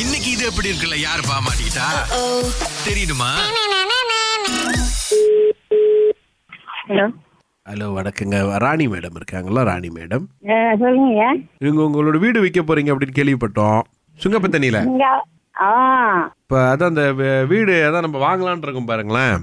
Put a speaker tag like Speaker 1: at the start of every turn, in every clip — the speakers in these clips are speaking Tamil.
Speaker 1: இன்னைக்கு இது எப்படி இருக்குல்ல யாரு பாமாட்டா தெரியுமா
Speaker 2: ஹலோ
Speaker 1: ஹலோ வணக்கங்க ராணி மேடம் இருக்காங்களா ராணி மேடம்
Speaker 2: சொல்லுங்கய்யா
Speaker 1: இவங்க உங்களோட வீடு விற்க போறீங்க அப்படின்னு கேள்விப்பட்டோம் சுங்கப்பத்தனியில
Speaker 2: நீங்க ஆ
Speaker 1: இப்ப அதான் அந்த வே- வீடு அதான் நம்ம வாங்கலாம்னு இருக்கோம் பாருங்களேன்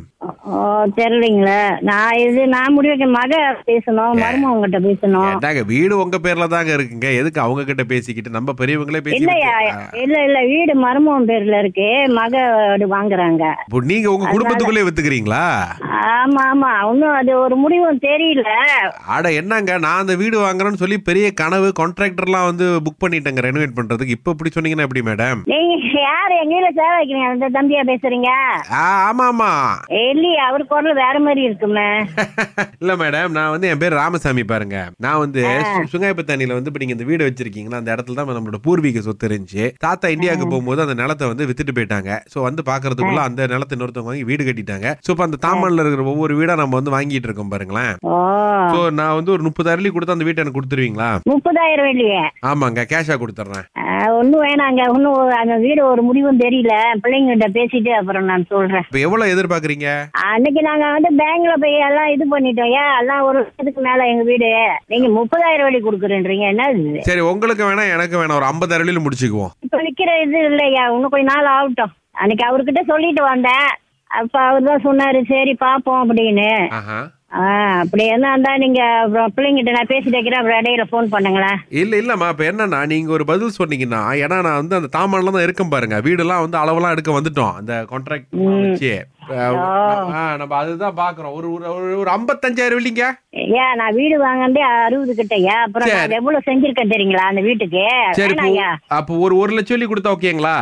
Speaker 2: ஓ தெரியலீங்களா நான் இது நான் முடிவு மக பேசணும் மருமக உங்ககிட்ட பேசணும்
Speaker 1: ஏன்டாங்க வீடு உங்க பேர்ல தாங்க இருக்குங்க எதுக்கு அவங்க கிட்ட பேசிக்கிட்டு நம்ம பெரியவங்களே
Speaker 2: இல்லையா
Speaker 1: பேசி
Speaker 2: இல்ல இல்ல வீடு மருமகன் பேர்ல இருக்கு மக வாங்குறாங்க
Speaker 1: இப்போ நீங்க உங்க குடும்பத்துக்குள்ளே வித்துக்கிறீங்களா
Speaker 2: ஆமா ஆமா இன்னும் அது ஒரு முடிவும் தெரியல
Speaker 1: அட என்னங்க நான் அந்த வீடு வாங்குறேன்னு சொல்லி பெரிய கனவு கான்ட்ராக்டர்லாம் வந்து புக் பண்ணிட்டேங்க ரெனோவேட் பண்றதுக்கு இப்போ இப்படி சொன்னீங்கன்னா எப்படி மேடம்
Speaker 2: நீங்க யார் எங்க வீட்டுல சேவை வைக்கிறீங்க அந்த தம்பியா பேசுறீங்க
Speaker 1: ஆ ஆமா ஆமா
Speaker 2: இல்லையா அவர் குரல் வேற மாதிரி இருக்குமே
Speaker 1: இல்ல மேடம் நான் வந்து என் பேர் ராமசாமி பாருங்க நான் வந்து சுங்காயப்பு தண்ணியில வந்து இப்ப நீங்க இந்த வீடு வச்சிருக்கீங்கன்னா அந்த இடத்துல தான் நம்மளோட பூர்வீக சொத்து இருந்துச்சு தாத்தா இந்தியாவுக்கு போகும்போது அந்த நிலத்தை வந்து வித்துட்டு போயிட்டாங்க சோ வந்து பாக்குறதுக்குள்ள அந்த நிலத்தை இன்னொருத்தவங்க வாங்கி வீடு கட்டிட்டாங்க சோ இப்ப அந்த தாமல்ல இருக்கிற ஒவ்வொரு வீடா நம்ம வந்து வாங்கிட்டு இருக்கோம் பாருங்களேன்
Speaker 2: ஓ
Speaker 1: சோ நான் வந்து ஒரு முப்பது அரளி கொடுத்து அந்த வீட்டை எனக்கு கொடுத்துருவீங்களா
Speaker 2: முப்பதாயிரம் இல்லையே
Speaker 1: ஆமாங்க கேஷா கொடுத்துட்றேன்
Speaker 2: ஒன்றும் வேணாங்க ஒன்றும் அந்த வீடு ஒரு முடிவும் தெரியல பிள்ளைங்கள்ட்ட பேசிட்டு அப்புறம் நான் சொல்றேன்
Speaker 1: இப்ப எவ்வளவு எதிர்பார்க்கறீங்க
Speaker 2: அன்னைக்கு நாங்க வந்து பேங்க்ல போய் எல்லாம் இது பண்ணிட்டோம் ஏன் எல்லாம் ஒரு வருஷத்துக்கு மேல எங்க வீடு நீங்க முப்பதாயிரம் வழி கொடுக்குறேன்றீங்க என்ன இது?
Speaker 1: சரி உங்களுக்கு வேணா எனக்கு வேணா ஒரு ஐம்பது அரளியில முடிச்சுக்குவோம்
Speaker 2: இப்ப நிக்கிற இது இல்லையா இன்னும் கொஞ்ச நாள் ஆகட்டும் அன்னைக்கு அவர்கிட்ட சொல்லிட்டு வந்தேன் அப்ப அவர் தான் சொன்னாரு சரி பாப்போம் அப்படின்னு
Speaker 1: ஆஹா
Speaker 2: ஆ அப்படி என்ன இருந்தா நீங்க அப்புறம் பிள்ளைங்கிட்ட நான் பேசிட்டு வைக்கிறேன் அப்புறம் இடையில ஃபோன் பண்ணுங்களேன்
Speaker 1: இல்ல இல்லம்மா இப்ப என்னன்னா நீங்க ஒரு பதில் சொன்னீங்கன்னா ஏன்னா நான் வந்து அந்த தாமன்ல தான் இருக்கேன் பாருங்க வீடெல்லாம் வந்து அளவெல்லாம் எடுக்க வந்துட்டோம் அந்த கான்ட்ராக்ட் வச்சு இப்ப, ஆ, நம்ம அதுதான் பாக்குறோம் ஒரு ஒரு- ஒரு ஒரு ஐம்பத்தஞ்சாயிரம் வெள்ளிங்க
Speaker 2: ஏன் நான் வீடு வாங்கினதே அறுபது கிட்டயா அப்புறம் நான் எவ்வளவு செஞ்சிருக்கேன் தெரியுங்களா அந்த வீட்டுக்கு
Speaker 1: சரி இப்போ-
Speaker 2: வேணாயா
Speaker 1: அப்போ ஒரு ஒரு லட்சம் வெள்ளி கொடுத்தா ஓகேங்களா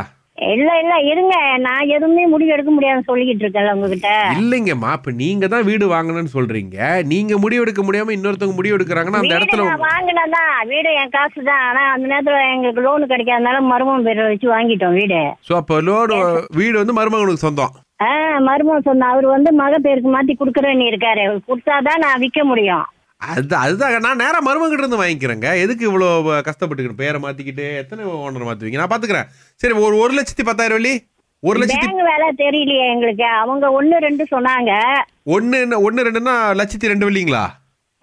Speaker 2: இல்ல இல்ல இருங்க நான் எதுவுமே முடிவு எடுக்க முடியாதுன்னு சொல்லிக்கிட்டு இருக்கேன்ல உங்ககிட்ட
Speaker 1: இல்லைங்கம்மா இப்ப நீங்க தான் வீடு வாங்கணும்னு சொல்றீங்க நீங்க முடிவு எடுக்க முடியாம இன்னொருத்தவங்க முடிவு எடுக்கிறாங்கன்னா அந்த
Speaker 2: வீடு
Speaker 1: இடத்துல
Speaker 2: நான் வாங்கினதான் வீடு என் காசு தான் ஆனா அந்த நேரத்துல எங்களுக்கு லோன் கிடைக்காதனால மருமகன் பேரை வச்சு வாங்கிட்டோம் வீடு
Speaker 1: சோ அப்ப லோடு வீடு வந்து மருமகனுக்கு சொந்தம்
Speaker 2: ஆ மருமகன் சொன்ன அவர் வந்து மக பேருக்கு மாத்தி குடுக்கறேன்னு இருக்காரு அவர் கொடுத்தாதான் நான் விக்க முடியும்
Speaker 1: அது அதுதான் நான் நேரா மருமகிட்ட இருந்து வாங்கிக்கிறேங்க எதுக்கு இவ்வளோ கஷ்டப்பட்டுக்கணும் பேரை மாத்திக்கிட்டு எத்தனை ஓனர் மாத்துவீங்க நான் பாத்துக்கிறேன் சரி ஒரு ஒரு லட்சத்தி பத்தாயிரம் வெள்ளி ஒரு லட்சத்தி
Speaker 2: பேங்க் வேலை தெரியலையே எங்களுக்கு அவங்க ஒண்ணு ரெண்டு சொன்னாங்க
Speaker 1: ஒன்னு ஒன்னு ரெண்டுன்னா லட்சத்தி ரெண்டு வெள்ளிங்களா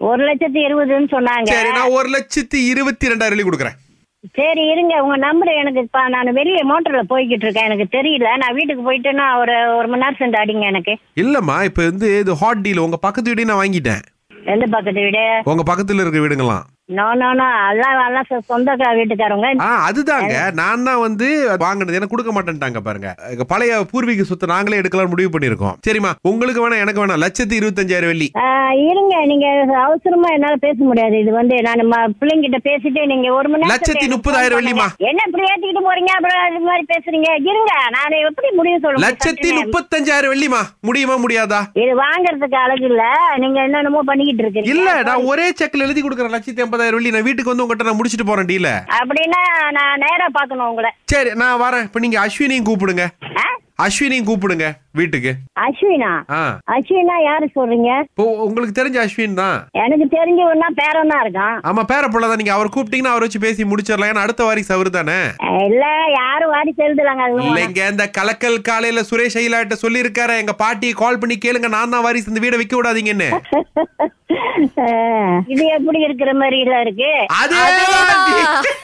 Speaker 2: ஒரு லட்சத்தி இருபதுன்னு சொன்னாங்க
Speaker 1: சரி நான் ஒரு லட்சத்தி இருபத்தி ரெண்டாயிரம் வெள்ளி கொடுக்குறேன்
Speaker 2: சரி இருங்க உங்க நம்பர் எனக்கு இப்ப நான் வெளியே மோட்டர்ல போய்கிட்டு இருக்கேன் எனக்கு தெரியல நான் வீட்டுக்கு போயிட்டுன்னா ஒரு ஒரு மணி நேரம் சென்று அடிங்க எனக்கு
Speaker 1: இல்லம்மா இப்போ வந்து இது ஹாட் டீல் உங்க பக்கத்து வீடையும் நான் வாங்கிட்டேன்
Speaker 2: எந்த பக்கத்து வீடு
Speaker 1: உங்க பக்கத்துல இருக்கிற வீடுங்களாம்
Speaker 2: நோ நோ நோ எல்லாம் எல்லாம் சொ- சொந்தக்கா வீட்டுக்காரங்க
Speaker 1: ஆ அதுதாங்க நான் தான் வந்து வாங்கினது எனக்கு கொடுக்க மாட்டேன்ட்டாங்க பாருங்க அஹ் பழைய பூர்வீக சொத்து நாங்களே எடுக்கலாம்னு முடிவு பண்ணியிருக்கோம் சரிம்மா உங்களுக்கு வேணா எனக்கு வேணாம் லட்சத்தி இருபத்தஞ்சாயிரம் வெள்ளி
Speaker 2: ஆ, இருங்க நீங்க அவசரமா என்னால பேச முடியாது இது வந்து நான் ம- பிள்ளைங்கிட்ட பேசிட்டு நீங்க ஒரு மணி நேரத்துக்கு
Speaker 1: லட்சத்தி
Speaker 2: எனக்கு
Speaker 1: முப்பதாயிரம்
Speaker 2: phone பண்ணுங்க. என்ன இப்படி ஏத்திக்கிட்டு போறீங்க அப்புறம் அது மாதிரி பேசுறீங்க இருங்க நான் எப்படி முடிவு சொல்ல முடியும்?
Speaker 1: லட்சத்தி
Speaker 2: சட்டுன்னு.
Speaker 1: முப்பத்தஞ்சாயிரம் வெள்ளிமா முடியுமா முடியாதா
Speaker 2: இது வாங்குறதுக்கு அழகு இல்ல நீங்க என்னென்னமோ பண்ணிக்கிட்டு இருக்கீங்க
Speaker 1: இல்ல நான் ஒரே செக்ல எழுதி கொடுக்குறேன் லட்சத்தி ஐம்பதாயிரம் வெள்ளி நான் வீட்டுக்கு வந்து உங்ககிட்ட நான் முடிச்சிட்டு போறேன் டீல
Speaker 2: அப்படின்னா நான் நேரா பாக்கணும் உங்களை
Speaker 1: சரி நான் வரேன் இப்ப நீங்க அஸ்வினியும் கூப்பிடுங்க
Speaker 2: ஆ?
Speaker 1: அஸ்வினியும் கூப்பிடுங்க வீட்டுக்கு
Speaker 2: அஸ்வினா
Speaker 1: ஆ
Speaker 2: அஸ்வினா யாரு சொல்றீங்க
Speaker 1: இப்போ உங்களுக்கு தெரிஞ்ச அஸ்வின் தான்
Speaker 2: எனக்கு தெரிஞ்ச ஒன்னா பேரன் தான் இருக்கான்
Speaker 1: ஆமா பேர தான் நீங்க அவர் கூப்பிட்டீங்கன்னா அவர் வச்சு பேசி முடிச்சிடலாம் ஏன்னா அடுத்த வாரிசு அவரு தானே
Speaker 2: இல்ல யாரும் வாடி செலுத்தலாங்க அது
Speaker 1: இல்லைங்க இந்த கலக்கல் காலையில சுரேஷ் ஐலாட்ட சொல்லி இருக்காரு எங்க பாட்டியை கால் பண்ணி கேளுங்க நான் தான் வாரிசு இந்த வீடை விக்க விடாதீங்கன்னு
Speaker 2: ஆ, இது எப்படி இருக்கிற மாதிரி இல்ல இருக்கு
Speaker 1: அதே